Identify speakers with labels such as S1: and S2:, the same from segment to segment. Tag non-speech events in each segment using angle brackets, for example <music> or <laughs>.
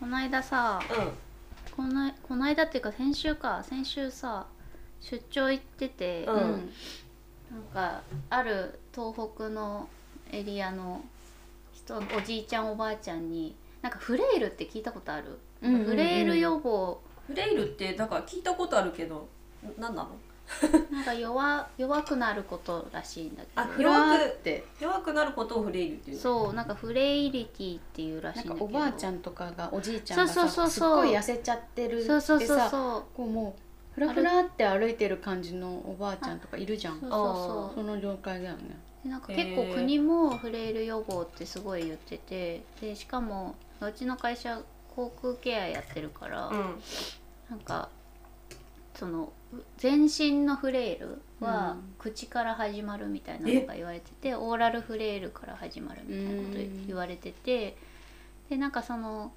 S1: 間さ
S2: うん
S1: このこの間っていうか先週か先週さ出張行ってて、
S2: うん
S1: なんかある東北のエリアの人おじいちゃんおばあちゃんになんかフレイルって聞いたことある、
S3: うんうんうん
S1: フレイル予防
S2: フレイルってなんか聞いたことあるけど何なの
S1: なんか弱弱くなることらしいんだけど
S2: あ
S3: フラーって
S2: 弱くなることをフレイルっていうの
S1: そうなんかフレイリティっていうらしい
S3: なん
S1: んだ
S3: か
S1: けど
S3: おばあちゃんとかがおじいちゃんがさ
S1: そうそうそうそう
S3: すっごい痩せちゃってるって
S1: そ
S3: さ
S1: うそうそうそう
S3: こうもうフラフラって歩いてる感じのおばあちゃんとかいるじゃん
S1: そう
S3: そ
S1: そうそう
S3: の状態だよね
S1: でなんか結構国もフレイル予防ってすごい言っててでしかもうちの会社航空ケアやってるから、
S2: うん
S1: なんかその全身のフレイル
S3: う
S1: は
S3: ん
S1: 口から始まるみたいなのが言われてて、オーラルフレイルから始まるみたいなこと
S3: うん
S1: 言われててでなんかその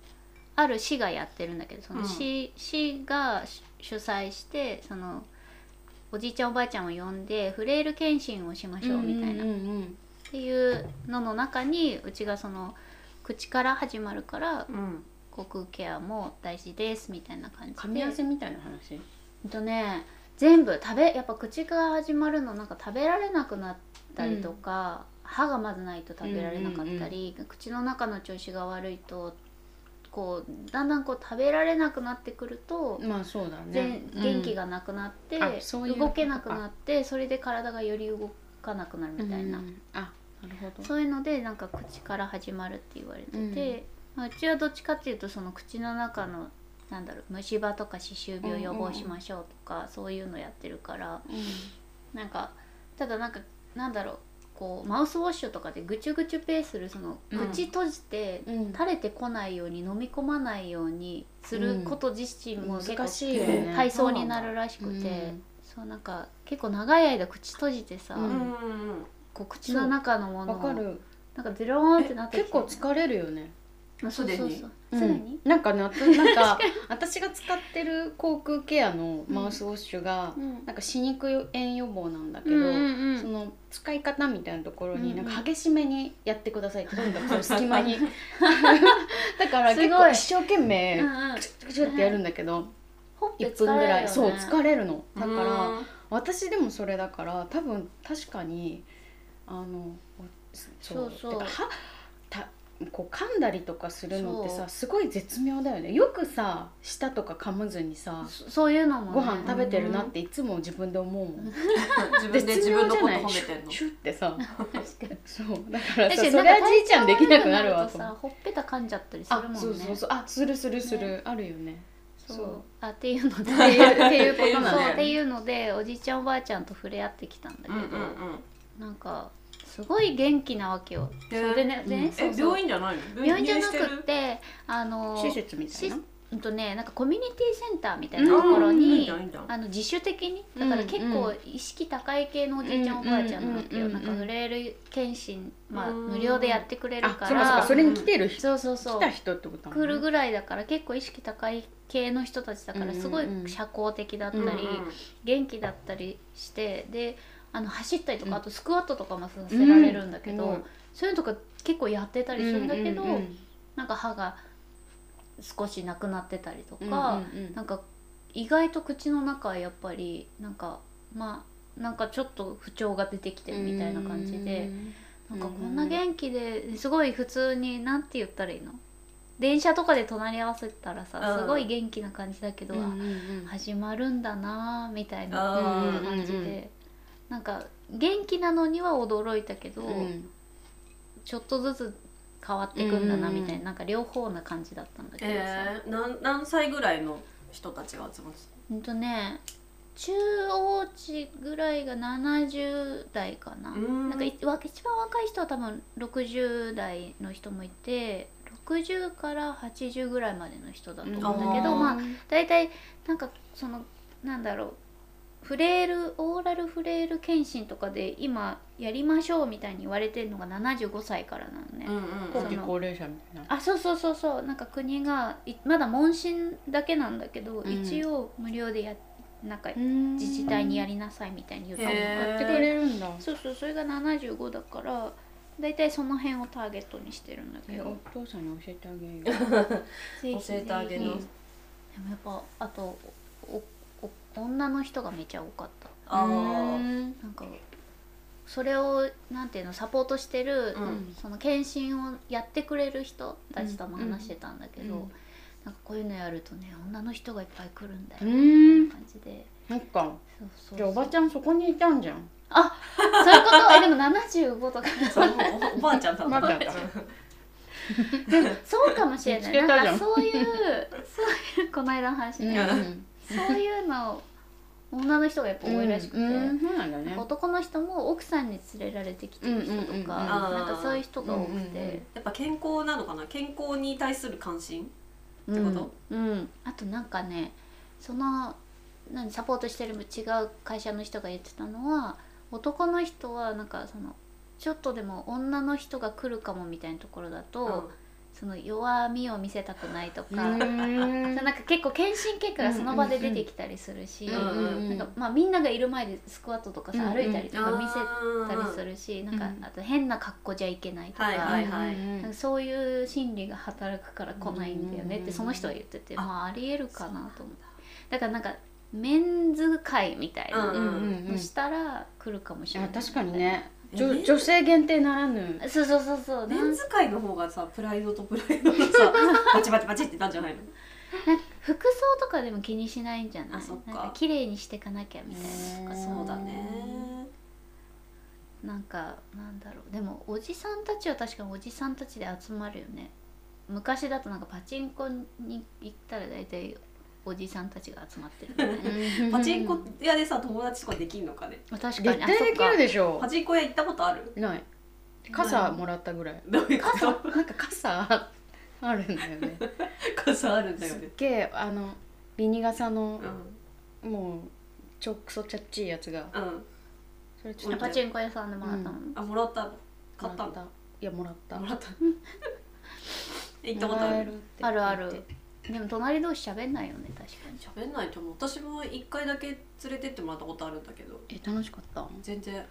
S1: ある市がやってるんだけどその市,、市が主催してそのおじいちゃんおばあちゃんを呼んでフレイル検診をしましょうみたいな
S3: うんうん
S1: っていうのの中にうちがその口から始まるから
S2: うん
S1: 口腔ケアも大事ですみたいな感じで
S3: 噛み合わせみたいな話
S1: ほんとね全部食べやっぱ口から始まるのなんか食べられなくなったりとか、歯がまずないと食べられなかったり、口の中の調子が悪いとこうだんだんこう食べられなくなってくると、
S3: まあそうだね
S1: 全元気がなくなって、
S3: あそういうこと
S1: 動けなくなってそれで体がより動かなくなる
S3: うん
S1: みたいな。
S3: うんあなるほど
S1: そういうのでなんか口から始まるって言われてて、
S3: うん
S1: まあ、うちはどっちかっていうとその口の中のなんだろう虫歯とか歯周病予防しましょうとか、そういうのやってるから
S3: う
S1: なんかただなんかなんだろうこうマウスウォッシュとかでぐちゅぐちゅペーするその
S3: うん
S1: 口閉じて、
S3: んうん
S1: 垂れてこないように飲み込まないようにすること自身も結
S3: 難
S1: 構
S3: しいよね
S1: 体操になるらしくて、
S3: うん
S1: そうなんか結構長い間口閉じてさ、
S3: うん
S2: うん
S1: こう口の中のもの
S3: わ
S1: を
S3: かる
S1: なんかゼローンってなって
S3: 結構
S1: う
S3: 疲れるよね
S1: そうそうそう
S3: う
S1: す
S3: ん
S1: でに
S3: なんかな
S1: <laughs>
S3: なんか私が使ってる口腔ケアのマウスウォッシュが
S1: うん
S3: なんか歯肉炎予防なんだけ
S1: う
S3: ど
S1: んうん
S3: その使い方みたいなところ
S1: う
S3: に
S1: んう
S3: なんんか激しめにやってくださいってとにかくその
S1: <laughs>
S3: 隙間にだから
S1: す
S3: 結
S1: ご
S3: 構
S1: い
S3: 一生懸
S1: うん
S3: 命
S1: うん
S3: クチュクチュってやるんだけど
S1: ほっぺ
S3: 1
S1: 疲れる
S3: 分ぐらいそう
S1: れ
S3: 疲れるのだか
S2: う
S3: ら
S2: ん
S3: 私でもそれだから多分確かにあのおそう
S1: そうそう
S3: てか歯たこう噛んだりとかするのって
S1: そう
S3: さすごい絶妙だよねよくさ舌とか噛むずにさ
S1: そそういうのもね
S3: ご飯食べてるなっていつも自分で思うもん
S2: 自分で自分のこと褒め
S3: 絶
S2: てん
S3: 妙
S2: の
S3: じゃないシュッシュッ
S1: <laughs>
S3: てさ
S1: 確かに
S3: そうだからさ
S1: 確
S3: そ
S1: か
S3: り
S1: に
S3: ゃじいちゃんできなくなるわ
S1: と
S3: と思う
S1: さほっぺた噛んじゃったりするも
S3: あ
S1: んね
S3: そうそうそうあするするする、
S1: ね
S3: あるよね
S1: そう
S3: そう
S1: あっていうので
S3: っていうっていうこと
S1: そ
S3: な
S1: うっ
S3: んだ
S1: て
S3: ね
S1: いうのでおじいちゃんおばあちゃんと触れ合ってきたんだけ
S2: う
S1: ど、
S2: んうんうん
S1: なんかすごい元気なわけよ、
S2: ね
S1: それでね、
S3: うん
S1: ね
S3: え
S1: そう
S2: え
S1: そう
S2: 病院じゃないの
S1: 病院じゃな
S2: 入院して
S1: く
S2: る
S1: てあの
S3: 施設みたいな
S1: しうんとねなんかコミュニティセンターみたいなところ
S2: うんいい
S1: に、
S2: じゃんいいじゃん
S1: あの自主的にだから結構
S3: うん
S1: 意識高い系のおじいちゃんおばあちゃんなわけよ、
S3: うんうんうんうん
S1: なんかフレール検診、まあ、
S2: うん
S1: 無料でやってくれる
S3: あ
S1: か
S3: そうかそう
S1: ら
S3: かそれに来てる人、
S1: そうそうそう
S3: 来た人ってことだも
S1: 来
S3: んね
S1: るぐらいだから結構意識高い系の人たちだからすごい
S3: うんうんうん
S1: 社交的だったり、
S3: うんうん
S1: 元気だったりしてであの走ったりとか、
S3: うん
S1: あとスクワットとかもさせられるんだけど、
S3: うん
S1: そういうのとか結構やってたりするんだけど、
S3: ううん
S1: なんか歯が少しなくなってたりとか、
S3: うんうんうん
S1: なんか意外と口の中はやっぱりなんかまあなんかちょっと不調が出てきてるみたいな感じで、
S3: うん
S1: なんかこんな元気ですごい普通になんて言ったらいいの電車とかで隣り合わせたらさ
S2: うん
S1: すごい元気な感じだけど、
S3: うんうんうん
S1: 始まるんだなーみたいな
S2: あー
S1: 感じで、
S3: うんうんうん
S1: なんか元気なのには驚いたけど、
S3: うん
S1: ちょっとずつ変わってくんだな
S3: うんうんうん
S1: みたいな,、なんか両方な感じだったんだけどさ、
S2: えー、なん何歳ぐらいの人たちが集まって
S1: ほんとね中央値ぐらいが70代かな
S2: うーん
S1: なんかいわ一番若い人は多分60代の人もいて60から80ぐらいまでの人だと思うんだけど
S2: うん
S1: まあ
S3: あ
S1: 大体なんかそのなんだろうフレールオーラルフレール検診とかで今やりましょうみたいに言われてるのが75歳からなのね。
S2: うんうん
S3: 後期高齢者みたいな
S1: あそうそうそうそうなんか国がいまだ問診だけなんだけど、
S3: うん
S1: 一応無料でやなんか自
S3: 自
S1: 治体にや
S3: り
S1: りなさいみたいに言っ
S2: へ
S1: たのがあっ
S3: やってて
S2: ー
S3: くれるんだ
S1: そうそうそれが75だから大体その辺をターゲットにしてるんだけ
S3: え
S1: ど、
S3: お
S1: で
S3: 父さんに教えてあげよ
S2: 教えてあげ
S1: う
S2: る
S1: んもやっぱあとおお女の人がめちゃ多かった
S2: あ
S3: う
S2: ー
S3: ん
S1: なんかそれをなんていうのサポートしてる、
S2: うん
S1: その検診をやってくれる人たちとも話してたんだけど、
S3: うんうん
S1: なんかこういうのやるとね女の人がいっぱい来るんだよ、
S3: う
S1: み
S3: ん
S1: たいな感じで
S3: なんか
S1: そうそう
S3: じゃあおばち
S1: ゃん
S3: ゃんそこにいたんじゃん
S1: そういうことえでも75とか
S2: そうおおばあちゃんだ
S3: おばあちゃんだ
S1: そうかもしれな
S3: 見つけ
S1: い
S3: たじ
S1: な
S3: ゃ
S1: んんかそういうそういうこの間の話ね、
S3: うん
S1: そういうの女の人がやっぱ多いらしくて、
S3: うんそうなんだね
S1: 男の人も奥さんに連れられてきてる人とか、
S3: うんうんうんうん
S1: なんかそういう人が多くて。
S3: うんうんうん
S2: やっぱ健康なのかな健康に対する関心
S1: って
S2: こと
S1: うん、うんあとなんかねその何サポートしてる違う会社の人が言ってたのは男の人はなんかそのちょっとでも女の人が来るかもみたいなところだと、その弱みを見せたくないと
S3: う
S1: か、
S3: ーん
S1: なんか結構検診結果がその場で出てきたりするし、
S2: うん
S1: なんかまあ、みんながいる前でスクワットとかさ、
S3: うんうん
S1: 歩いたりとか見せたりす
S2: る
S1: るし、
S3: ん
S1: なんかあと変な格好じゃいけないとか。
S2: はいはい
S1: なんかそういう心理が働くから来ないんだよねってその人は言ってて、
S2: あ
S1: まあありえるかなと思うだからなんかメンズ会みたい
S2: うん
S1: な
S2: うんうん
S1: のしたら来るかもしれ
S3: あ
S1: ない、
S3: 確かにねじょ
S2: え
S3: 女性限定ならぬ
S1: そうそうそうそう
S2: メ
S1: な
S2: ン
S1: ん
S2: ズ界の方がさプライドとプライドのさバチバチバチってたんじゃないの
S1: 服装とかでも気にしないんじゃない
S2: あそっか
S1: なんか綺麗にしてかなきゃみたいな
S3: う
S1: と
S3: ん
S1: か
S2: そうだね
S1: なんかなんだろうでもおじさんたちは確かにおじさんたちで集まるよね昔だとなんかパチンコに行ったら大体おじさんたちが集まってるみたいな
S2: パチンコ屋でさ友達とかできんのかね
S1: まあ確か
S3: 絶
S1: にあ
S3: 対
S1: そっ
S3: でき
S1: か
S3: るでしょ
S2: パチンコ屋行ったことある
S3: ない傘もらったぐらい
S2: どういう <laughs> こ
S3: 傘なんか傘あるんだよね
S2: と傘あるんだよ
S3: すっ
S2: ね
S3: げえあのビニ傘
S2: う
S3: の
S2: ん
S3: もうちょくそちゃっちいやつが
S2: うん
S3: それちょっと
S1: パチンコ屋さんでもらったの、
S2: あもらったの買った
S3: も
S2: の
S3: らいやもらった
S2: もらったの <laughs> 行ったこと
S3: もら
S2: あ
S3: え
S2: る
S3: るって
S1: あるあるでも隣同士喋んないよね確かに
S2: 喋んないと思う私も一回だけ連れてってもらったことあるんだけど
S3: え楽しかった
S2: 全然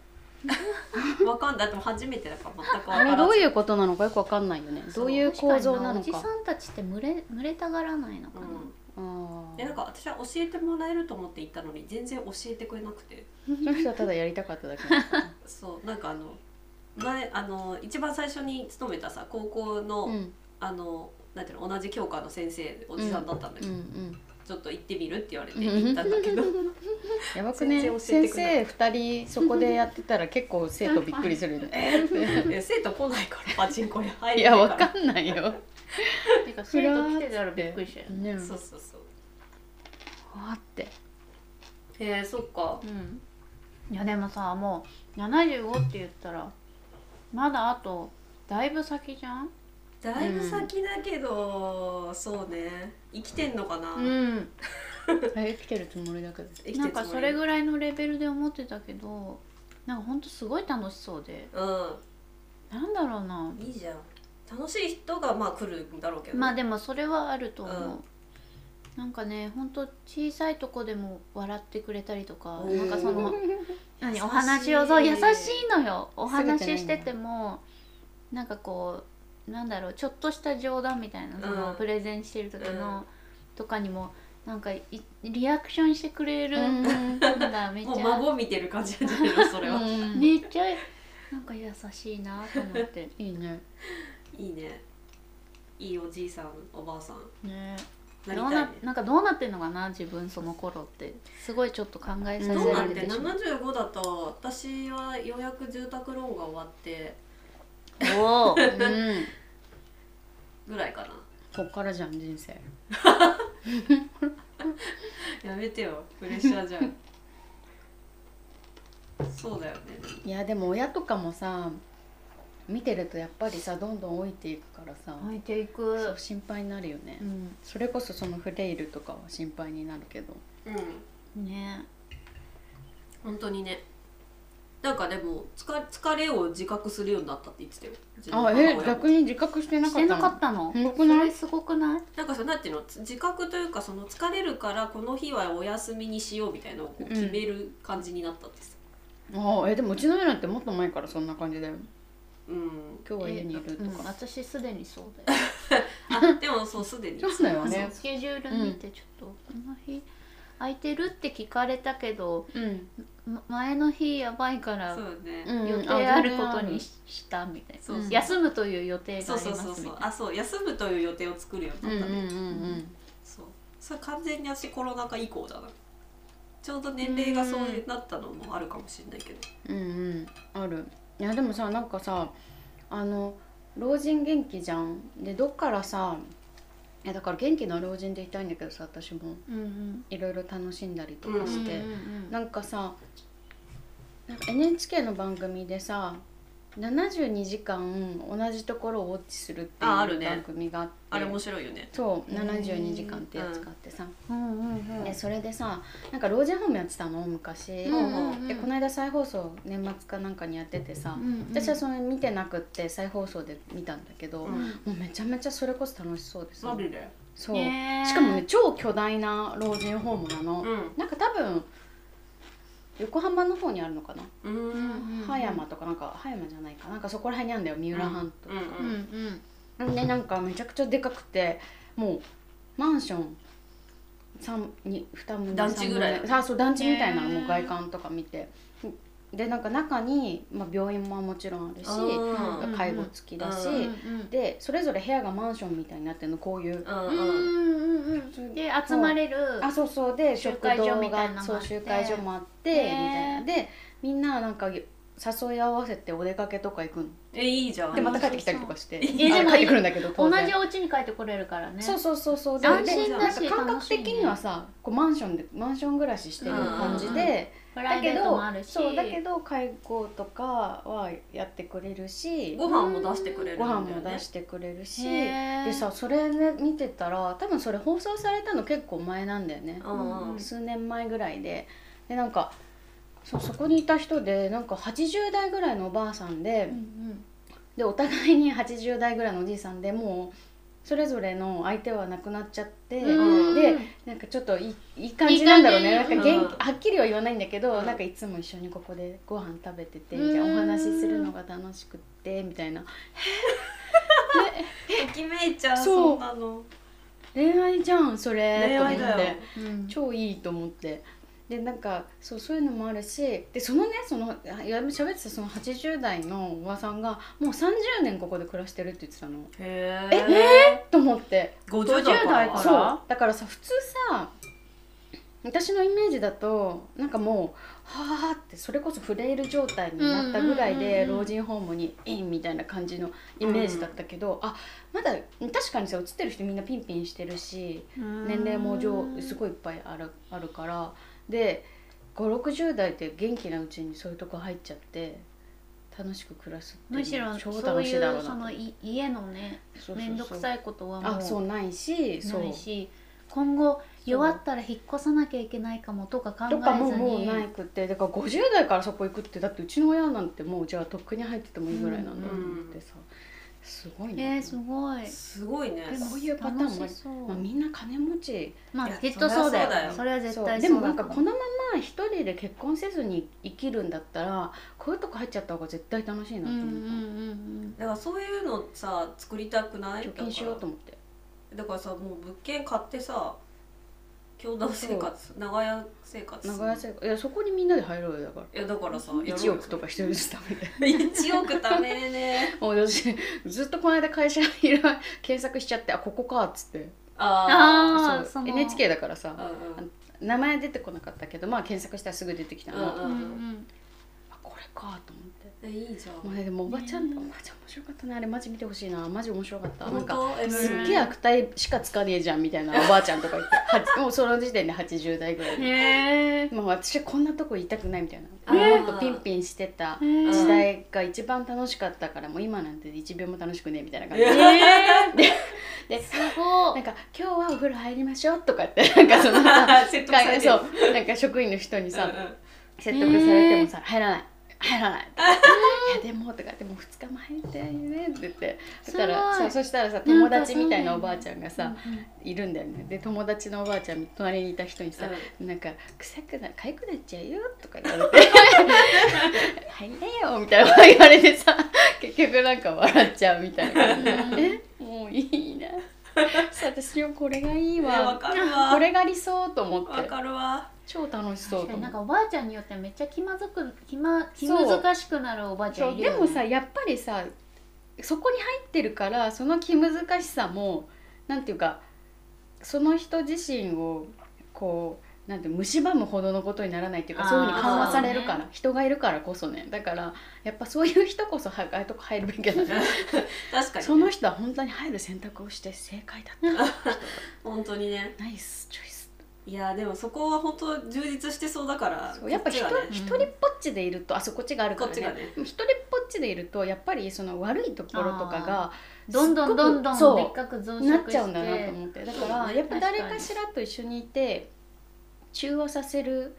S2: わかんないでも初めてだから全くわ
S3: あ
S2: から
S3: れ
S2: ず
S3: どういうことなのかよくわかんないよね
S2: そう
S3: どういう構造なの
S1: 確におじ
S3: か
S1: さんたちって群れ群れたがらないのかな、
S2: うん
S3: あ
S2: えなん
S3: あ
S2: か私は教えてもらえると思って行ったのに全然教えてくれなくて
S3: その人はただやりたかっただけなのかな
S2: そうなんかあの前あの一番最初に勤めたさ高校 <laughs> の、
S3: うん
S2: あのなんていうの同じ教科の先生おじさんだったんだけ
S3: う
S2: ど、
S3: んうん
S2: ちょっと行ってみるって言われて行ったんだけど
S3: やばく
S2: 全
S3: ね
S2: 然教え
S3: 先
S2: てくれ
S3: 生二人そこでやってたら結構生徒びっくりするよねえ
S2: <laughs>
S3: ーっ
S2: え生徒来ないからパチンコに入
S3: て <laughs> い
S2: れな
S3: や
S2: い
S3: わ
S2: か
S3: からんないよ
S1: てか
S3: 生
S1: 生
S3: 徒
S1: 徒
S3: 来
S1: 来
S3: て
S1: て
S3: た
S1: た
S3: ら
S1: ら
S3: び
S1: び
S3: っ
S1: っ
S3: く
S1: く
S3: り
S1: り
S3: し
S1: したた
S3: よ
S1: よ
S3: ね
S2: そうそうそう
S1: わーって
S2: えー、そっか
S1: うんいやでもさもう75って言ったらまだあとだいぶ先じゃん
S2: だいぶ先だけど、そうね生きてんのかな、
S1: ん
S3: 生きてるつもりだけど
S2: 生きてるつもり
S1: なんかそれぐらいのレベルで思ってたけどなんかほんとすごい楽しそうでなんだろうな
S2: うんいいじゃん楽しい人がまあ来るんだろうけどね、
S1: まあでもそれはあると思う、
S2: うん
S1: なんかねほんと小さいとこでも笑ってくれたりとか
S2: おー
S1: なんかその
S2: 優しい
S1: 何お話をそう優しいのよお話ししてて
S3: す
S1: もなんかこうなんだろうちょっとした冗談みたいなその、
S2: うん
S1: プレゼンしてる時の、
S2: うん
S1: とかにもなんかいリアクションしてくれるん
S2: <laughs>
S1: だめっ
S2: もう
S1: ちゃ
S2: 孫見てる感じなんじゃない
S1: <laughs>
S2: のそれは、
S1: めっちゃなんか優しいなと思って
S3: いいね
S2: いいねいいおじいさんおばあさん
S1: ね。
S2: なり
S1: どう
S2: たい
S1: な
S2: ね
S1: なんかどうなってんのかな自分その頃ってすごいちょっと考えさ
S2: ど
S1: せ
S2: う
S1: ら
S2: なっ
S1: れ
S2: て
S1: てしまう
S2: 75だと私はようやく住宅ローンが終わって
S1: おー
S2: <laughs>
S3: うん
S2: ぐらいかな <laughs>
S3: こっからじゃん人生
S2: やめてよプレッシャーじゃん <laughs> そうだよね
S3: いやでも親とかもさ見てるとやっぱりさどんどん老いていくからさ、
S1: 置いてい
S3: そ
S1: く
S3: う心配になるよね、
S1: うん
S3: それこそそのフレイルとかは心配になるけど
S2: うん
S1: ね
S2: 本当にねなんかでも疲れ疲れを自覚するようになったって言ってたよ自分の
S3: あ
S2: 母親
S3: え
S2: も
S3: 逆に自覚してな
S1: し
S3: か
S1: て
S3: った
S1: な
S3: の
S1: かったの
S3: すご
S1: そ
S3: くない
S1: れすごくない
S2: なんかそのなんていうの自覚というかその疲れるからこの日はお休みにしようみたいなのをこう決める感じになったんです、
S3: あえでもうちの親なんてもっと前からそんな感じだよ
S2: うん
S3: 今日は家にいると
S1: うん、
S3: か、
S1: 私すでにそうだよ
S2: あでもそうすでに
S3: そうだよね
S1: スケジュール見てちょっと、この日空いてるって聞かれたけど、
S3: うん
S1: ま前の日やばいから
S2: そうね、
S3: うん
S1: 予定あることにししたみたいな、
S2: そうそう
S3: うん
S1: 休むという予定が
S2: そう
S1: あり
S2: そう
S1: ま
S2: そう
S1: すみ
S2: そう
S1: たいな
S2: あそう休むという予定を作るように
S3: う
S2: なっ
S3: んう
S2: たね、
S3: んうん
S2: そうそれ完全に私コロナ禍以降だなちょうど年齢がそうなったのもあるかもしれないけど
S3: うんうんあるいやでもさなんかさあの老人元気じゃんでどっからさいやだから元気な老人でいたいんだけどさ私も
S1: うん
S3: いろいろ楽しんだりと
S1: う
S3: か
S1: ん
S3: して、
S1: うんうん
S3: なんかさなんか NHK の番組でさ72時間同じところをウォッチするってい
S2: あある
S3: う
S2: ね
S3: 番組があって
S2: あれ面白いよね
S3: そう
S1: へー
S3: 72時間ってやつがあってさ、
S1: うんうんうん
S3: でそれでさなんか老人ホームやってたの昔、
S1: うんうんうん
S3: でこの間再放送年末かなんかにやっててさ、私はそれ見てなくって再放送で見たんだけど、
S2: うん
S3: もうめちゃめちゃそれこそ楽しそうでさ、
S2: ルで
S3: そう
S1: へー
S3: しかもね超巨大な老人ホームなの、
S2: うん
S3: なんか多分横浜の方にあるのかな、
S2: うんう
S1: うん
S2: ん
S3: 葉山とかなんか葉山じゃないかなんかそこら辺にあるんだよ三浦半島、
S2: うんう
S1: うん
S2: ん
S1: うん
S3: でなんかめちゃくちゃでかくてもうマンション三に二棟
S2: 団地ぐらい
S3: 三棟あそう団地みたいなの
S1: へー
S3: もう外観とか見てでなんか中に、まあ、病院ももちろんあるし
S2: あ
S1: ー
S3: 介護付きだし、
S2: うん
S1: うん
S3: でそれぞれ部屋がマンションみたいになってるのこういう、
S2: うん
S1: うんう
S2: うん
S1: んうんうんで集まれる
S3: あそうそうで
S1: 集
S3: 食
S1: 会所
S3: 堂
S1: みたいなのもあ
S3: が
S1: って
S3: そう集会所もあってみ
S1: へー
S3: たいなでみんななんか誘い合わせてお出かけとか行くの
S2: えいいじゃん
S3: でまた帰ってきたりとかして
S1: そうえでも
S3: あ帰ってくるんだけど
S1: 同
S3: 当然
S1: じお家に帰ってこれるからね
S3: そうそうそうそうで
S1: 安
S2: 心だし
S3: でなんか感
S1: 楽
S3: 覚
S1: しいね
S3: 的にはさこうマンションでマンション暮らししてる感じで、
S1: プ
S3: だ
S1: ライ
S3: け
S1: ベート
S3: ど
S1: もあるし
S3: そうだけど介護とかはやってくれるし
S2: ご飯も出してくれるんだ
S3: ご
S2: よ
S3: 飯
S2: ね
S3: も出してくれるし
S1: へー
S3: でさそれね見てたら多分それ放送されたの結構前なんだよね
S2: う、んうん
S3: 数年前ぐらいででなんかそうそこにいた人でなんか80代ぐらいのおばあさんで。
S1: うんうん
S3: でお互いに80代ぐらいのおじいさんでもうそれぞれの相手は亡くなっちゃって、
S1: うん
S3: でなんかちょっといいいい感じなんだろうね
S1: いい
S3: なん
S1: 感
S3: か
S2: じう
S3: 元
S2: ん
S3: 気はっきりは言わないんだけど、
S2: うん
S3: なんかいつも一緒にここでご飯食べてて
S1: うん
S3: みたいなお話しするのが楽しくってみたいな
S2: ときめいちゃう
S3: そう
S2: そんなの
S3: 恋愛じゃんそれ
S2: 恋
S3: と思っ
S2: 愛
S3: て
S2: だよ
S1: うん
S3: 超いいと思って。でなんかそうそういうのもあるしでそのねそのあいや喋ってたその80代のおばさんがもう30年ここで暮らしてるって言ってたの
S2: へ
S3: え
S2: え
S3: と思って
S2: 50代から
S1: 50代か
S3: そ
S1: ら
S3: うだからさ普通さ私のイメージだとなんかもうはあってそれこそフレイル状態になったぐら
S1: う
S3: い
S1: んうんうん
S3: で
S1: うん
S3: 老人ホームにインみたいな感じのイメージだったけど、あまだ確かにさ映ってる人みんなピンピンしてるし年齢も上すごいいっぱいあるあるからで560代って元気なうちにそういうとこ入っちゃって楽しく暮らすって
S1: むし
S3: いうの
S1: ろ
S3: は超
S1: そう
S3: 楽し
S1: い
S3: いだろ
S1: う
S3: う
S1: そ
S3: な
S1: のい家のね
S3: そうそうそう
S1: 面倒くさいことはも
S3: あそう
S1: う
S3: ないしそう
S1: ないし今後弱ったら引っ越さなきゃいけないかもとか考
S3: とか
S1: え
S3: も
S1: ず
S3: もう
S1: に
S3: なくてだから50代からそこ行くってだってうちの親なんてもうじゃあとっくに入っててもいいぐらいなんだと思ってさ、すご
S1: え
S3: いね、
S1: ー、すごい
S2: すごいね
S1: でも
S3: こういうパターンもある
S1: 楽しそう
S3: まあ、みんな金持ち
S1: まあ
S2: いや
S1: きっとそうだよそ
S2: そ
S1: れは絶対
S3: で
S1: そ
S3: も
S1: う
S3: な
S1: だ
S3: ん
S1: と
S3: か
S1: 思う
S3: このまま一人で結婚せずに生きるんだったらこういうとこ入っちゃった方が絶対楽しいな
S1: う
S3: と
S1: んう
S3: 思っ
S1: ん
S3: た、
S1: うん
S2: だからそういうのさ作りたくない
S3: 貯金しようと思って
S2: だからさもう物件買ってさ共同生活長屋生活
S3: 長屋生活いやそこにみんなで入ろうよだから
S2: いやだからさやろう
S3: 1
S2: よ
S3: 億とか一人ずつ食べて <laughs>
S2: 一億貯めるね
S3: もう私ずっとこの間会社いろいろ検索しちゃってあここかっつって
S1: あ
S2: あ
S1: ー
S3: そう
S1: その
S3: NHK だからさ、
S2: あうん
S3: 名前出てこなかったけどまあ検索したらすぐ出てきたの、
S2: うん
S1: うんうん
S3: あこれかと思って
S2: うんいいじゃん
S3: もうねでもおばちゃん、
S1: ね
S3: おばちゃん面白かったねあれマジ見てほしいなマジ面白かったな
S2: 本
S3: んか
S2: 当え
S3: すっ
S1: うん
S3: げえ悪態しかつかねえじゃんみたいなおばあちゃんと <laughs> か言ってはもうその時点で80代ぐらいで、
S1: へえ
S3: まあ、私はこんなとこいたくないみたいな
S2: あー
S3: もっとピンピンしてた
S1: ー
S3: 時代が一番楽しかったからもう今なんて1秒も楽しくねえみたいな感じ
S2: いや
S1: え
S3: で
S1: ー、すご
S3: ないんか「今日はお風呂入りましょう」とかってなんかその
S2: <laughs>
S3: さ <laughs>
S2: 説得されてる
S3: そうなんか職員の人にさ
S2: うんうん
S3: 説得されてもさ入らない入らない」とかいやでも」とか「でも2日も入ってないよね」って言ってそしたら
S1: すごい
S3: そうそしたらさ
S1: かそうだよね
S3: 友達みたいなおばあちゃんがさ、
S1: うんうん
S3: いるんだよねで友達のおばあちゃん隣にいた人にさ
S2: うん
S3: 「なんか臭くな痒くなっちゃうよ」とか言われて <laughs> 「入んなよ」みたいなこと言われてさ結局なんか笑っちゃうみたいな
S1: うん
S3: えもういいなそう私もこれがいい
S2: えわ
S3: わ
S2: かるわ
S3: これが理想と思
S2: わ
S3: って
S2: かる
S3: <laughs>
S2: わ
S3: 超楽しそう
S1: 確かになん
S3: と思って
S1: かおばあちゃんによってめっちゃ気まずく気ま気
S3: そう
S1: 難しくなるおばあちゃ
S3: そ
S1: ん
S3: う
S1: いる
S3: で
S1: よ、ね、
S3: もさやっぱりさそこに入ってるからその気難しさもなんていうかその人自身をこうなんて蝕むほどのことにならないっていうか
S1: あー
S3: そういうふうに緩和されるから、
S1: そうね
S3: 人がいるからこそねだからやっぱそういう人こそはああいうとこ入るべきだね
S2: 確かに、ね、
S3: その人は本当に入る選択をして正解だっ
S2: 本当にね
S3: たナイスチョイス
S2: いやでもそこは本当充実してそうだから
S3: そうやっ
S2: こ
S3: ぱ
S2: ち
S3: 一
S2: が
S3: 人、
S2: ね
S3: 一人っぽっちでいるとあそこっちがあるから
S2: こっちが
S3: ね
S2: ね
S3: 一人っぽっちでいるとやっぱりその悪いところとかが
S1: どんどんどんど
S3: すっご
S1: んで
S3: くそう
S1: っかく増殖して
S3: なっちゃうんだなと思ってだから
S2: うん
S3: やっぱ誰
S1: 確か
S3: か
S1: に
S3: しらと一緒にいて中和させる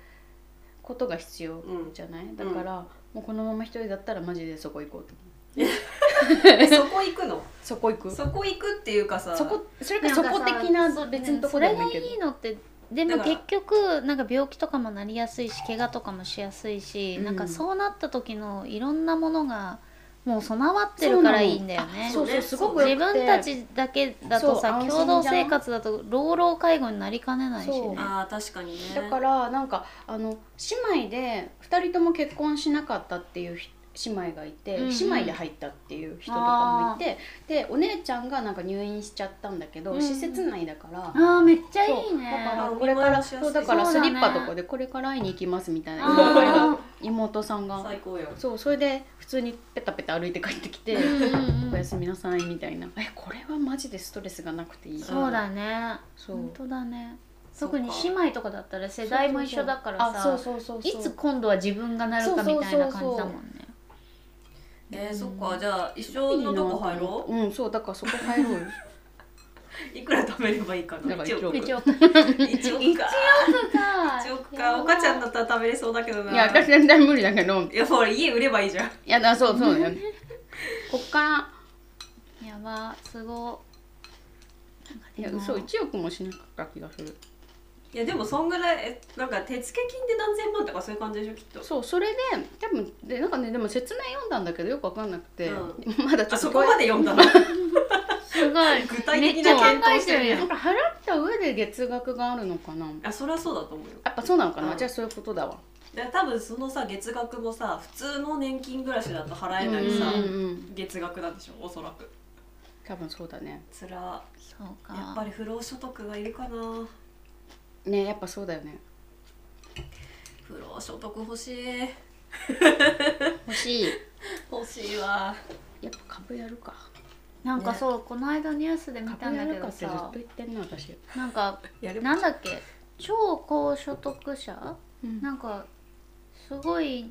S3: ことが必要
S2: うん
S3: じゃないだから、もうこのまま一人だったらマジでそこ行こうと思う <laughs>
S2: えそこ行くの
S3: そこ行くそ
S2: そこ行くっていうかさ
S3: こそれ
S1: な
S3: か
S1: ん
S3: そ
S1: か
S3: こ
S1: さ
S3: 的な
S1: そう
S3: 別のとこでもいいけ
S1: それがいい
S3: ど
S1: のってで
S2: だ
S1: も
S2: から
S1: 結局なんか病気とかもなりやすいし怪我とかもしやすいし、
S3: うん
S1: なんかそうなった時のいろんなものがもう備わってるからいいんだよね。
S3: そうなのあそうそうすごく
S1: 自
S3: よくて
S1: 分たちだけだとさ
S3: そう安心じゃ
S1: 共
S3: ん
S1: 同生活だと老老介護になりかねないし
S3: そう
S1: ね。
S2: あー確かにね
S3: だからなんかあの姉妹で2人とも結婚しなかったっていうひ姉妹がいて、
S1: うんうん
S3: 姉妹で入ったっていう人とかもいてでお姉ちゃんがなんか入院しちゃったんだけど、
S1: うんうん
S3: 施設内だから。
S1: あーめっちゃい
S3: そう
S1: いね。
S3: だから
S2: あ
S3: これから
S2: お見舞いもしやすい
S3: そうだから
S1: そう
S3: ス
S1: だね
S3: リッパとかでこれから会いに行きますみたいな妹
S1: あ
S3: が妹さんが
S2: 最高よ
S3: そうそれで普通にペタペタ歩いて帰ってきて
S1: ーうんうん
S3: 「お
S1: う
S3: や
S1: ん
S3: すみなさい」みたいな「えこれはマジでストレスがなくていい」
S1: そうだね。
S3: そう
S1: 本当だね。
S2: そうか
S1: 特に姉妹とかだったら世代も一緒だからさ。
S3: あそうそうそうそう
S1: いつ今度は自分がなるかみたいな感じだもんね。
S2: えー、そっかじゃあ一緒のとこ入ろ
S3: ううんそうだからそこ入ろうよ
S2: ういくら貯めればいいかな
S3: だから一
S2: 1
S3: 応
S2: 億
S1: 一
S3: <laughs>
S2: 1
S1: 応か。
S2: 億か
S1: 1
S2: 1億かお母ちゃんだったら貯めれそうだけどない
S3: いや私全然無理だけど
S2: いやほら家売ればいいじゃん
S3: いやだそうそうだよねこっから
S1: やばすごなんか
S3: い
S1: で
S3: や
S1: も
S3: 嘘1億もしなかった気がする
S2: いやでもそんぐらいえなんか手付金で何千万とかそういう感じでしょきっと
S3: そうそれで多分でなんかねでも説明読んだんだけどよくわかんなくて、
S2: う
S3: まだちょ
S2: あ
S3: っと
S2: そこまで読んだの
S1: すごい
S2: 具体
S1: めっ
S2: 的
S1: ちゃ
S2: な
S1: 考
S2: 検
S1: え
S2: 討して
S1: て
S2: る
S1: る
S2: や
S1: や
S2: ん
S1: ん
S3: なんか払った上で月額があるのかな
S2: あそりゃそうだと思うよ
S3: やっぱそうなのかな、
S2: うん
S3: じゃあそういうことだわ
S2: だから多分そのさ月額もさ普通の年金暮らしだと払えないさ、
S3: うんうんうん
S2: 月額なんでしょおそらく
S3: 多分そうだね
S2: つら
S1: そうか
S2: やっぱり不労所得がいるかな
S3: ねやっぱそうだよね
S2: 不労所得欲しい
S3: 欲しい
S2: 欲しいわ
S3: やっぱ株やるか
S1: なんかそうこの間ニュースで見た
S3: 株
S1: ん
S3: や
S1: だけ
S3: るか
S1: ど
S3: ってずっと
S1: さ
S3: 言ってんな私
S1: なんか
S2: やれば
S1: なんだっけ超高所得者
S3: うん
S1: なんかすごい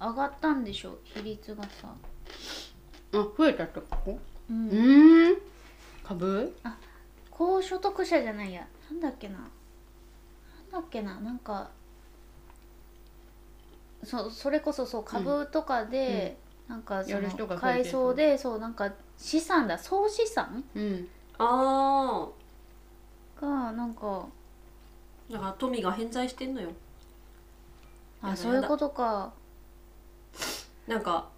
S1: 上がったんでしょ比率がさ
S3: あ増えたってこ
S1: う
S3: とうんーん株
S1: 高所得者じゃないやなんだっけななんだっけななんかそそれこそそう株とかで、なんかそ
S3: やる人が
S1: の
S3: 増えてる
S1: 階層でそうなんか資産だ総資産
S3: うん
S2: あ
S1: がなんか
S2: あだから富が偏在してんのよや
S1: あ
S2: だ
S1: そういうことか
S2: なんか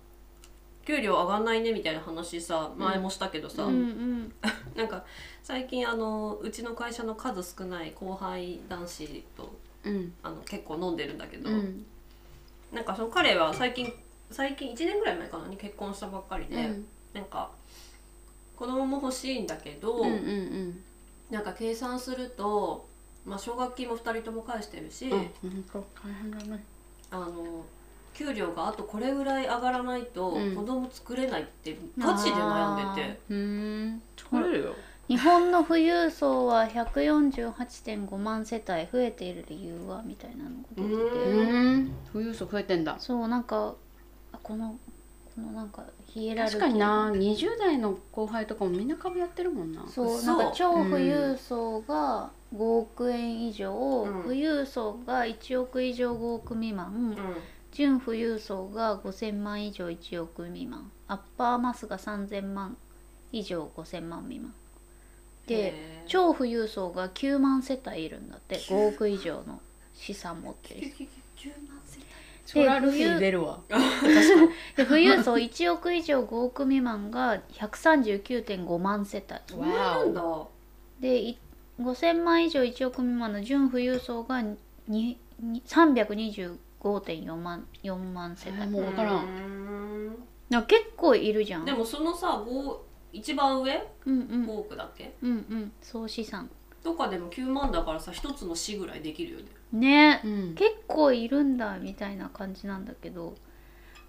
S2: 給料上がんないねみたいな話さ前もしたけどさ、
S1: うんうん
S2: なんか最近あのうちの会社の数少ない後輩男子と
S3: うん
S2: あの結構飲んでるんだけど、
S3: うん
S2: なんかその彼は最近最近1年ぐらい前かなに結婚したばっかりで、
S3: うん
S2: なんか子供も欲しいんだけど、
S3: うんうん
S2: なんか計算すると、まあ、奨学金も2人とも返してるし、
S3: うんあ本当大変だね
S2: あの給料があとこれぐらい上がらないと
S3: うん
S2: 子供作れないってガチで悩んでて、
S3: うーん疲れるよ
S1: 日本の富裕層は148.5万世帯増えている理由はみたいなのが出て
S2: う
S1: て
S2: ん
S3: うーん富裕層増えてんだ
S1: そうなんかあこのこのなんかヒエラルキ
S3: 確
S1: ー
S3: かにな20代の後輩とかもみんな株やってるもんな
S1: そう
S2: そ
S1: な
S2: うん
S1: か超富裕層が5億円以上、
S2: うん
S1: 富裕層が1億以上5億未満、
S2: うん
S1: 準富裕層が5000万以上1億未満アッパーマスが3000万以上5000万未満で
S2: へー
S1: 超富裕層が9万世帯いるんだ
S2: <laughs>
S1: って5億以上の資産持ってる人
S2: 9万世帯
S3: そらルフィ出るわ
S1: で富裕層1億以上5億未満が139.5万世帯
S2: そんななんだ
S1: でい5000万以上1億未満の準富裕層がにに325.4万4万世帯、
S3: えーもう分から
S2: ん
S3: ん
S1: なんか結構いるじゃん
S2: でもそのさ五一番上
S1: うんうん
S2: 5億だっけ
S1: うんうん総資産
S2: とかでも9万だからさ一つの市ぐらいできるよね
S1: ね、
S3: うん
S1: 結構いるんだみたいな感じなんだけど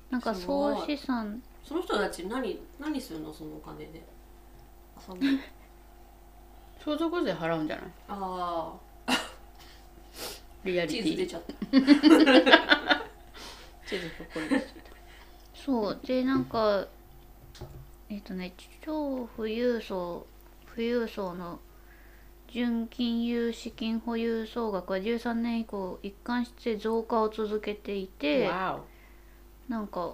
S1: なんか
S2: すごい
S1: 総資産
S2: その人たち何何するのそのお金で遊ぶ
S3: 相続税払うんじゃない
S2: あ
S3: リア
S2: あ
S3: リ
S2: チ
S3: テ
S2: ー
S3: ィ
S2: ズ出ちゃった
S3: チーズほっこりです
S1: そうでなんかえっとね超富裕層富裕層の純金融資金保有総額は13年以降一貫して増加を続けていて
S3: わ
S1: なんか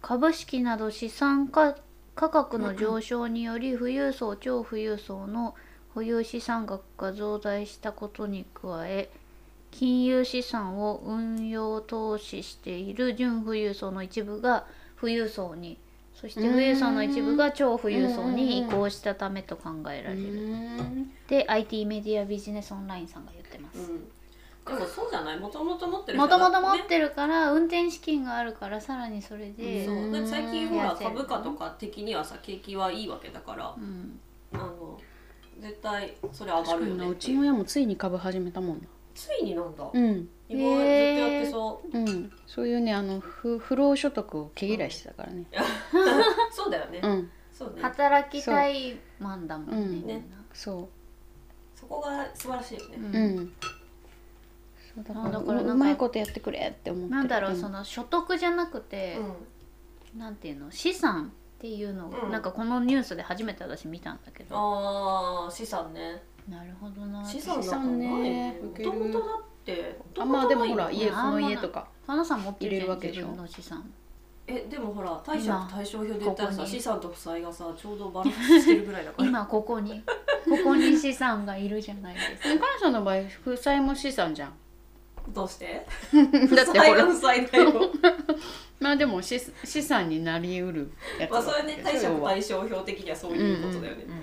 S1: 株式など資産価価格の上昇により富裕層超富裕層の保有資産額が増大したことに加え金融資産を運用投資している準富裕層の一部が富裕層にそして富裕層の一部が超富裕層に移行したためと考え
S3: お
S1: られるで IT メディアビジネスオンラインさんが言ってます
S2: うんでもそうじゃないもともと持ってる
S1: もと
S2: 人だ
S1: もと持っ
S2: ね
S1: てるから運転資金があるからさらにそれで
S2: そうだって最近ほ
S1: 増
S2: ら
S1: やせる
S2: 株価とか的にはさ景気はいいわけだから
S1: うん
S2: あの絶対それ上が
S3: 確か
S2: るよ
S3: にな
S2: ね
S3: う
S2: って
S3: ち
S2: い
S3: の
S2: う
S3: 親もついに株始めたもんな
S2: ついになんだ
S3: うん
S2: 意外ずっとやってそう
S3: うんそういうねあの不不労所得を毛嫌いしてたからね
S2: <laughs> そうだよね
S3: うん
S2: そうね
S1: 働きたいマンだもんね,み
S3: うん
S1: んな、
S3: そ
S2: そこが素晴らしいよね
S3: ううんそうだか
S1: あ
S3: ら
S1: だからなん
S3: う
S1: か
S3: うまいことやってくれって思ってる
S1: なんだろう
S3: でも
S1: その所得じゃなくて、
S2: うん
S1: なんていうの資産っていうのを、
S2: うん
S1: なんかこのニュースで初めて私見たんだけど
S2: ああ資産ね
S1: なるほどな
S2: 資産だからないねもともとだって
S3: あまあでもほら
S2: 元々ないよね
S3: 家その家とか
S1: パナさん持ってるじ
S3: 入
S1: ゃ
S3: れる
S1: ん
S3: わけで
S1: 自
S3: しょ
S1: 分の資産
S2: えでもほら貸借対照表で言ったらさ
S1: 今ここに
S2: 資産と負債がさちょうどバランスしてるぐらい
S3: <laughs>
S2: だから
S1: 今ここにここに資産がいるじゃないですか
S3: でも彼女の場合負債も資産じゃん
S2: どうして
S3: <laughs> だって
S2: 負
S3: ほ
S2: 債が
S3: ら
S2: 負債だよ
S3: <laughs> まあでも資資産になりうるやつ
S2: ま
S3: だ
S2: あそれね貸借対照表的にはそういうことだよね、
S3: うんうんうん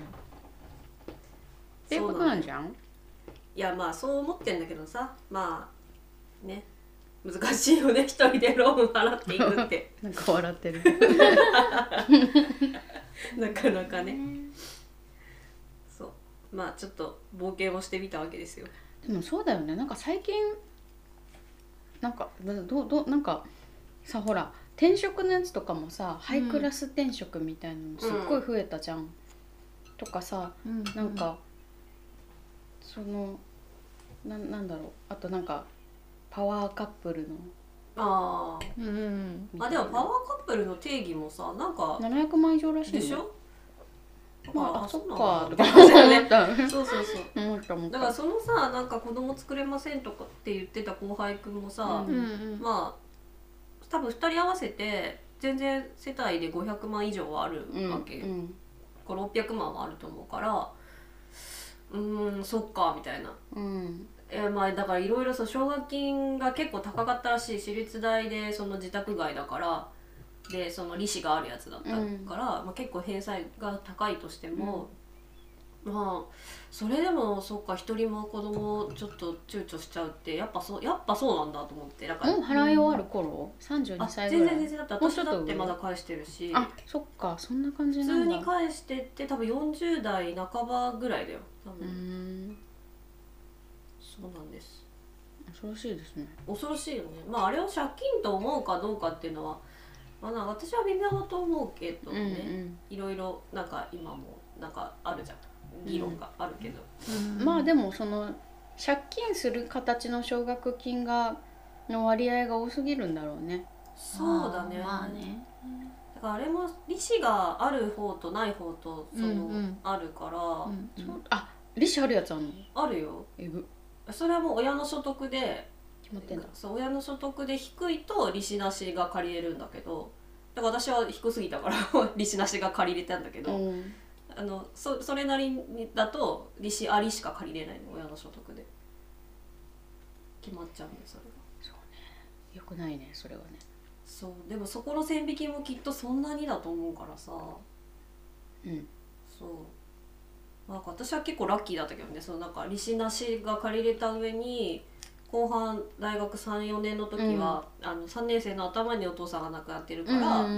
S3: っていうことなんじゃん
S2: いやまあそう思ってんだけどさまあね難しいよね一 <laughs> 人でローン払っていくって
S3: <laughs> なんか笑っ
S2: <laughs>
S3: てる
S2: なかなかねそうまあちょっと冒険をしてみたわけですよ
S3: でもそうだよねなんか最近なんかどうどうなんかさほら転職のやつとかもさハイクラス転職みたいなのすっごい増えたじゃん、とかさなんか、そのななんだろうあとなんかパワーカップルの
S2: あ
S1: うんうん
S2: ああでもパワーカップルの定義もさなんか
S3: 700万以上らしい
S2: で
S3: ね
S2: しょ
S3: まああそっか
S2: と
S3: と
S2: か
S3: か
S2: <laughs> そうなんだ
S3: 思
S2: ね
S3: った
S2: そうそうそう
S3: 思った思っ
S2: だから
S3: た
S2: そのさなんか子供作れませんとかって言ってた後輩くんもさ、
S1: うんうん
S2: まあ多分2人合わせて全然世帯で500万以上はある
S3: うん
S2: わけ、
S3: うん
S2: 500600万はあると思うからうーんそっかみたいな。
S3: うん
S2: えまあだからいろいろそう奨学金が結構高かったらしい私立大でその自宅街だからでその利子があるやつだったから、
S3: うん
S2: まあ、結構返済が高いとしても、まあそれでもそっか一人も子供をちょっと躊躇しちゃうってやっぱそうやっぱそうなんだと思ってだから、
S3: もう払い終わる頃
S2: あ
S3: 32
S2: 全
S3: 歳ぐ
S2: 然
S3: らい
S2: 全然だって
S3: もう
S2: 私
S3: ちょっと
S2: だって
S3: 上
S2: まだ返してるし
S3: あそっかそんな感じ
S2: 普
S3: な
S2: 通
S3: んだ
S2: に返してって多分40代半ばぐらいだよ多
S3: う
S2: 分、
S3: ーん
S2: そうなんです
S3: 恐ろしいですね
S2: 恐ろしいよねまああれを借金と思うかどうかっていうのは、まあ、なんか私は微妙だと思うけど
S3: うん
S2: ね、
S3: うん
S2: いろいろなんか今もなんかあるじゃん議論があるけど、
S1: うん
S3: まあでもその借金する形の奨学金がの割合が多すぎるんだろうね
S2: そうだね,、
S1: まあね
S2: だからあれも利子がある方とない方とその、
S1: うんうん
S2: あるから、
S1: うんうん
S3: あ利子あるやつあんの
S2: あるよ
S3: えぐ
S2: それはもう親の所得で
S3: 決まってんだ
S2: そう親の所得で低いと利子なしが借りれるんだけどだから私は低すぎたから利子なしが借りれたんだけど、
S3: うん
S2: あのそそれなりにだと利子ありしか借りれないの親の所得で決まっちゃうんですそれが
S3: よくないねそれはね
S2: そうでもそこの線引きもきっとそんなにだと思うからさ
S3: うん
S2: そうなんか私は結構ラッキーだったけどねそのなんか利子なしが借りれた上に後半大学34年の時は、あの3年生の頭にお父さんが亡くなってるから、
S3: うん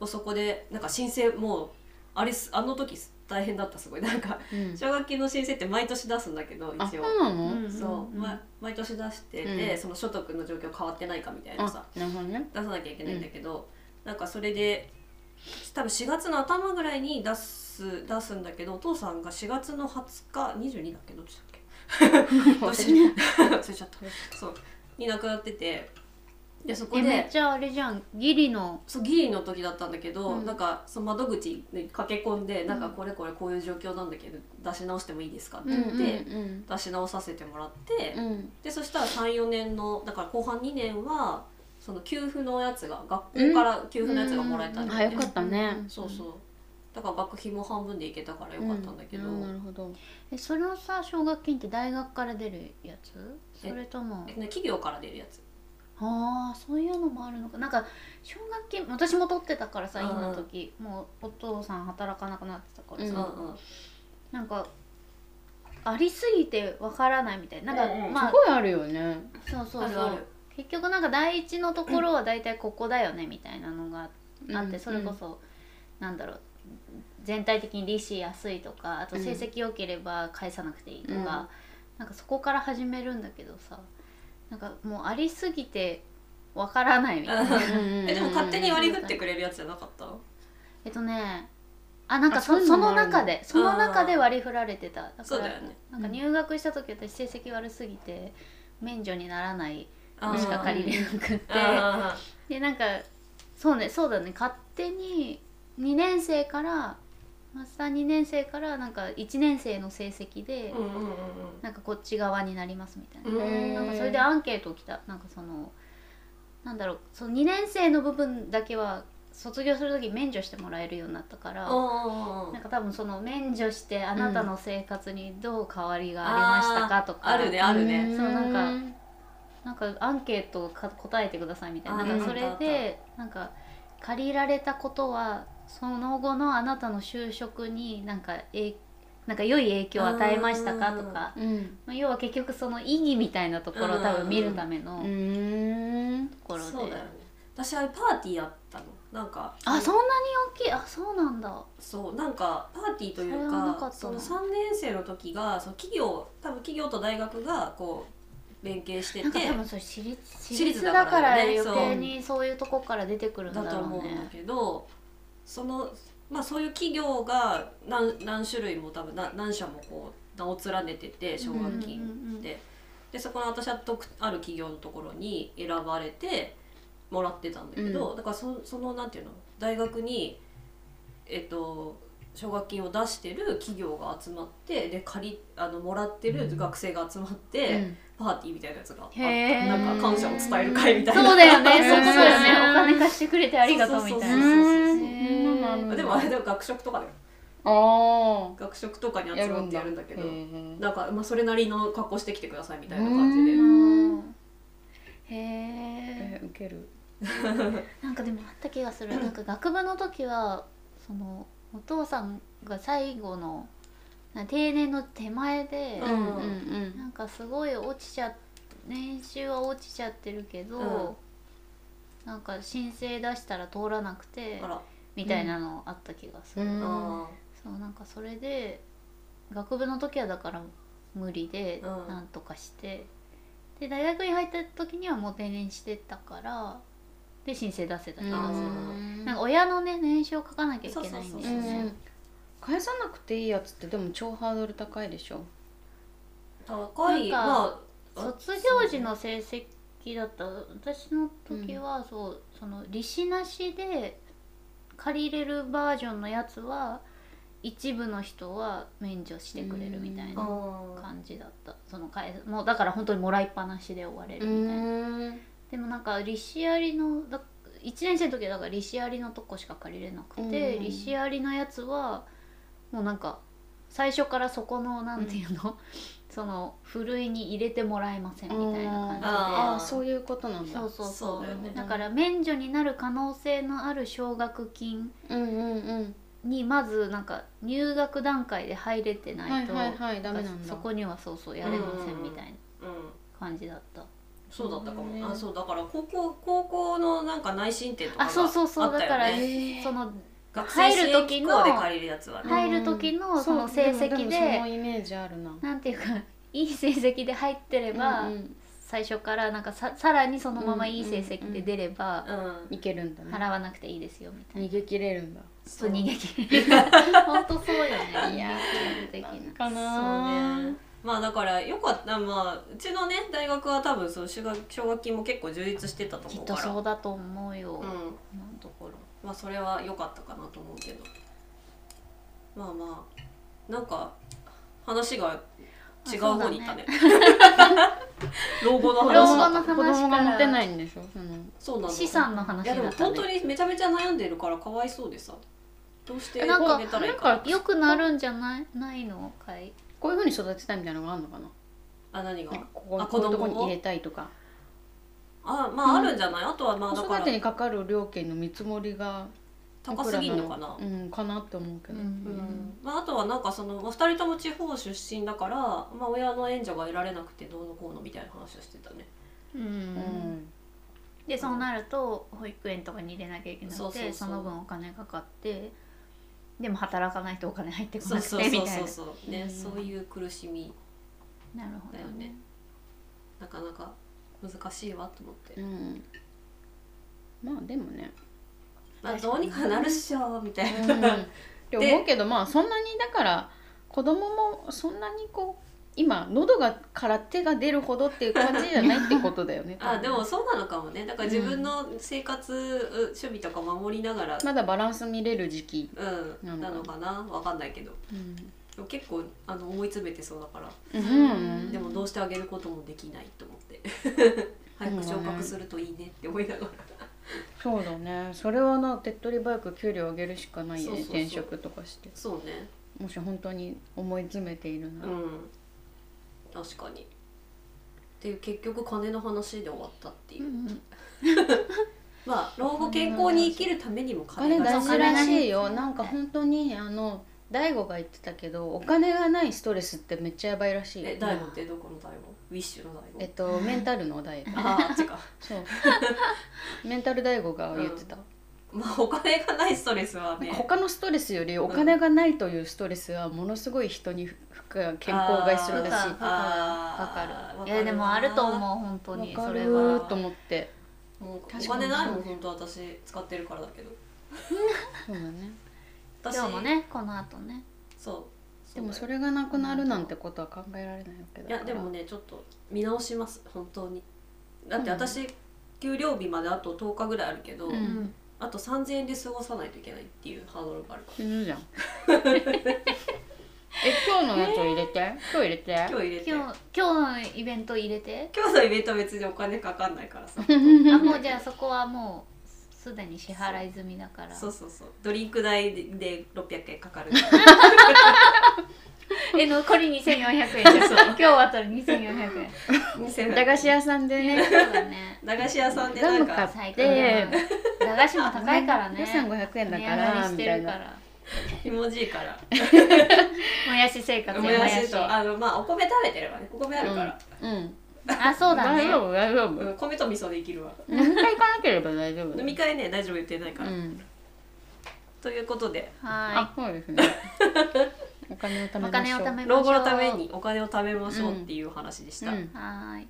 S3: うん
S2: そこでなんか申請もうあれすあの時す大変だったすごいなんか
S3: うん
S2: 奨学金の申請って毎年出すんだけど
S3: あ
S2: 一
S3: そう
S2: 応。
S3: なの、
S1: うん
S2: そう、
S1: ん
S2: ま、毎年出して
S3: うん
S2: て、その所得の状況変わってないかみたいなさ
S3: あなるほどね
S2: 出さなきゃいけないんだけど、なんかそれで多分4月の頭ぐらいに出す出すんだけどお父さんが4月の20日22だっけどっちだっけどうし忘れちゃったそうに亡くなっててでそこ
S1: え
S2: で
S1: めっちゃあれじゃんギリの
S2: そうギリの時だったんだけど、
S1: うん
S2: なんかその窓口に駆け込んで、なんかこれこれこういう状況なんだけど出し直してもいいですかって
S3: う
S2: 言
S3: ん
S2: って、
S3: うん
S2: 出し直させてもらって、
S3: うんうん
S2: でそしたら34年のだから後半2年はその給付のやつが学校から給付のやつがもらえたんだ
S3: あ
S2: よ
S3: よ
S2: ね、
S3: かったね
S2: そうそうだから学費も半分でいけたからよかったんだけど、
S3: うんなるほど
S1: えそのさ奨学金って大学から出るやつそれとも
S2: えっとね企業から出るやつ
S1: ああそういうのもあるのかなんか奨学金私も取ってたからさ
S2: うん
S1: 今の時もうお父さん働かなくなってたから
S2: う
S1: さ、
S2: ん
S3: う
S2: うんん
S1: なんかありすぎてわからないみたいななんか、
S2: うんうん
S1: まあ
S3: すごいあるよね
S1: そうそうそう
S2: あるある
S1: 結局なんか第一のところは大体ここだよねみたいなのがあって、
S3: うん
S1: それこそ、なんだろう全体的に利子安いとかあと成績良ければ返さなくていいとか、
S3: うん
S1: なんかそこから始めるんだけどさなんかもうありすぎてわからないみたいな。
S2: えでも勝手に
S1: わ
S2: 割り振ってくれるやつじゃなかった
S1: <laughs> えっとねあなんかそ
S3: あそういう
S1: そ
S3: のも
S1: の
S3: あるんだ
S1: 中でその中で割り振られてただから
S2: そうだよね
S1: なんか入学した時私成績悪すぎて免除にならない
S2: あー
S1: しか借りれなくって
S2: あー
S1: でなんかそうねそうだね勝手に2年生からマスター2年生からなんか1年生の成績で、
S2: うんうんうん
S1: なんかこっち側になりますみたいな
S2: うんうん
S1: なんかそれでアンケート来たなんかそのなんだろうその2年生の部分だけは卒業する時免除してもらえるようになったから
S2: うん
S1: なんか多分その免除してあなたの生活にどう変わりがありましたかとか、
S2: あるねあるね
S1: そうなんか
S3: ん
S1: なんかアンケートをか答えてくださいみたいな
S2: あ
S1: なんか
S2: うん
S1: それでなんか借りられたことはその後のあなたの就職になんかえなんか良い影響を与えましたかとか
S3: うん
S1: まあ要は結局その意義みたいなところを多分見るため
S3: う
S1: の
S3: ーん
S1: ところで、
S2: そうだよね私あれパーティーやったのなんか
S1: あそんなに大きいあそうなんだ
S2: そうなんかパーティーと
S1: そ
S2: い
S1: れ
S2: う
S1: はなか
S2: か
S1: った
S2: そ
S1: な
S2: の3年生の時がその企業多分企業と大学がこう連携して
S1: なんか
S2: て
S1: 多分それ私立私立
S2: 私立
S1: だ
S2: だ
S1: か
S2: かららね
S1: 余計にそういうとこから出てくるんだ
S2: だと
S1: ろ
S2: 思
S1: う
S2: うんだ
S1: ね
S2: けどそのまあそういう企業が何何種類も多分何何社もこう名を連ねてて奨学金って、
S1: うんうんうん
S2: でそこの私はとくある企業のところに選ばれてもらってたんだけど、だからそそのなんていうの大学にえっと奨学金を出してる企業が集まってで借りあのもらってる学生が集まって、
S3: うん
S2: パーティーみたいなやつがあった
S1: へー
S2: なんか感謝を伝える会みたいな
S1: そうだよ
S2: <laughs>
S1: ね
S3: へー
S1: そうそうだよねお金貸してくれてありがとうみたいな
S2: そう
S3: う
S2: そうそうそう
S3: ー
S2: <laughs>
S3: ん
S2: でもあれでも学食とかだよ
S3: あ
S2: 学食とかに
S3: あ
S2: 集まってやるんだけど
S3: へー
S2: なんか、まあ、それなりの格好してきてくださいみたいな感じ
S3: う
S2: で
S3: ん
S1: へえ
S3: え受ける
S1: なんかでもあった気がするなんか学部の時はそのお父さんが最後のな定年の手前で
S2: う、
S3: うん
S2: ん
S3: うんうん
S1: なんかすごい落ちちゃっ年収は落ちちゃってるけど、
S2: うん
S1: なんか申請出したら通らなくて
S2: あら
S1: みたいなのあった気がする、
S3: うん
S2: あ
S1: そうなんかそれで学部の時はだから無理で
S2: うん
S1: なんとかして、で大学に入った時にはもう定年してたからで申請出せた気
S3: う
S1: がする、
S3: ん
S1: なんか親のね年収を書かなきゃいけないん
S2: そ
S1: で
S2: うそう
S1: す
S2: そう
S1: ね
S3: うん返さなくていいやつってでも超ハードル高いでしょ
S2: ー高い
S1: なんか
S2: まあ
S1: 卒業時の成績だった私の時はそう、その利子なしで借りれるバージョンのやつは一部の人は免除してくれるみたい
S3: うん
S1: な感じだったそのかえもうだから本当にもらいっぱなしで終われるみたいなでもなんか利子ありのだ1年生の時はだから利子ありのとこしか借りれなくて、
S3: うん
S1: 利子ありのやつはもうなんか最初からそこのなんていうの、そのふるいに入れてもらえませんみたいな
S3: あ
S1: 感
S2: あー
S3: あそういうことなん
S1: じで
S3: だ
S1: そうそうそう
S2: そうだよね
S1: だから免除になる可能性のある奨学金
S3: うんうんうん
S1: にまずなんか入学段階で入れて
S3: は
S1: ない
S3: い
S1: と、
S3: はいはいダメなんだ
S1: そこにはそうそうやれませんみたいな
S2: うん
S1: 感じだった、
S2: そうだったかも、
S3: ね
S2: あそうだから高校高校のなんか内申点とかがあ
S1: あ
S2: ったよ
S1: そう
S2: ね
S1: そうそうだから
S3: へー
S1: その
S2: 学生
S1: 入
S2: 支
S1: る時
S2: 援機
S1: の
S2: 構で借りるやつはね
S1: 入る時の
S3: うん
S1: その成績で
S3: ももそのイメージあるな
S1: なんていうか <laughs> いい成績で入ってれば、
S3: うんうん
S1: 最初からなんかささらにそのままいい成績で出れば、
S2: うん
S3: いけるんだね
S1: 払わなくていいですよみたいな。
S3: 逃げ切れるんだ
S1: そう逃げ切れ <laughs> 本当そうよね。
S3: いや
S1: 的な。
S3: か
S2: そうねまあだからよかったまあうちのね大学は多分その奨学奨学金も結構充実してたと
S1: き
S2: 思
S1: っ
S2: うか
S1: と
S2: ら
S1: そうだと思うよ。
S2: うん
S1: 今のところ。
S2: まあそれは良かったかなと思うけどまあまあなんか話が違う方にいったね老後の話
S1: 老後の話
S3: 子供が持てないんでしょその
S2: そうなの
S1: 資産の話
S2: いやで
S1: だ
S2: も
S1: った
S2: 本当
S1: ね。
S2: にめちゃめちゃ悩んでるからかわいそうでさどうして
S1: えなんか
S2: あげたらいいか
S3: な
S2: なん
S3: か
S1: よくなるんじゃないないのかい。
S3: こういうふうに育てたいみたいなのがあるのかな
S2: あ何が
S3: なんかここ
S2: あ
S3: こういうとこに
S2: 子供を
S3: 入れたいとか
S2: あまああるんじゃない、あとはまあだ
S3: 子
S2: か
S3: 育
S2: ら
S3: てにかかる料金の見積もりが
S2: 高すぎんのかな
S3: うんかなって思うけ
S1: う
S3: ど、
S1: ん。
S2: まあ、あとはなんかそのまあ二人とも地方出身だから、まあ、親の援助が得られなくてどうのこうのみたいな話をしてたね
S1: う。
S3: うん
S1: でそうなると保育園とかに入れなきゃいけなくてそ
S2: そ
S1: う
S2: そうそう
S1: の分お金かかってでも働かないとお金入ってこ
S2: そう
S1: なくて
S2: そうそ
S1: み
S2: う
S1: たい
S2: そうそう、ね
S3: うん
S2: そういう苦しみ
S1: な。なるほど
S2: だよねなかなか難しいわと思って、
S3: うんまあでも
S2: <laughs>
S3: ね、
S2: まあどうにかなるっしょみたいな、
S3: って思うけどまあそんなにだから子供もそんなにこう今喉がから手が出るほどっていう感じじゃないってことだよ
S2: <laughs>
S3: ね
S2: あでもそうなのかもねだから自分の生活、う趣味とか守りながら、
S3: まだバランス見れる時期、
S2: う、
S3: なんんだ
S2: なのかなわかんないけど
S3: うん
S2: でも結構あの思い詰めてそうだから、
S1: ん
S2: でもどうしてあげることもできないと思って早く昇格するといいねって思いながら。
S3: そうだねそれはな手っ取り早く給料上げるしかないよね
S2: そうそうそう
S3: 転職とかして
S2: そうね
S3: もし本当に思い詰めているな
S2: う
S3: ら、
S2: ん確かにで結局金の話で終わったっていう、まあ老後健康に生きるためにも
S3: お金
S2: 金が
S3: 大
S1: 大
S3: 事
S1: 事
S3: ら
S1: ら
S3: し
S1: し
S3: い
S1: い
S3: よ
S1: よ
S3: なんか本当にあの大悟が言ってたけどお金がないストレスってめっちゃやばいらしいよ
S2: え大悟ってどこの大悟ウィッシュの大
S3: えっ
S2: 悟
S3: とメンタルの大悟
S2: ああ違う
S3: そう
S2: <laughs>
S3: メンタル大悟が言ってた、
S2: まあお金がないストレスは
S3: なん
S2: ね
S3: か他のストレスよりお金がないというストレスはものすごい人に負荷健康を害するらしい
S1: あー
S2: あー
S1: かか
S2: わ
S1: るいやでもあると思う
S2: う
S1: 本当に
S3: わか
S1: それ
S3: る
S1: は
S3: と思って
S2: もうお
S3: 確かに
S2: 金ないもん本当私使ってるからだけど
S3: そうだね
S2: 私
S1: 今日もねこの後ね
S2: そう
S3: でもそう
S2: だよ
S3: れがなくなるなんてことは考えられないわけ
S2: い
S3: だから
S2: やでもねちょっと見直します本当にだって私、給料日まであと10日ぐらいあるけど、
S3: う
S1: うんん
S2: あと3000円で過ごさないといけないっていうハードルがあるか
S3: 死ぬじゃんえ今日のやつを入れ
S2: <laughs>
S3: て、今日入れて
S2: ら今日入れて
S1: 今日今日のイベント入れて
S2: 今日のイベントは別にお金かかんないから
S3: <laughs>
S2: さ
S1: あもうじゃあそこはもうすでに支払い済みだから
S2: そうそうそうドリンク代でで600円か
S3: <laughs>
S2: かるから
S1: え残り2400円で
S2: <laughs>
S1: す今日はあと2400円
S2: 2000
S3: 駄菓子屋さんでね
S1: そうだね
S2: 駄菓子屋さんでな
S3: ガム
S2: ん
S3: 買っ
S2: か
S1: 最低
S3: て
S1: だな駄菓子も高いからね
S3: 予算500円だか
S1: 値上がり
S3: ら
S1: し
S3: み
S1: て
S3: たい
S1: るか
S3: な
S1: ら
S2: ひもじいから
S1: もやし生活
S2: もやしとあのまあお米食べてればねお米あるから、
S3: うん
S1: あそうだ
S3: 大
S1: ね
S3: 丈夫大丈夫
S2: うん米と味噌で生きるわ
S3: 飲み会行かなければ大丈夫
S2: 飲み会ね大丈夫言ってないか
S3: う
S2: ら、
S3: ん
S2: ということで
S1: は
S3: あそうです
S1: <laughs>
S3: ねお金を貯
S1: い
S3: めま
S1: お
S3: しょう
S1: 金を貯めましょう
S2: 老後のためにお金を貯めましょうっていう話でした、
S3: うん
S1: はーい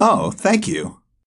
S4: Oh, thank you.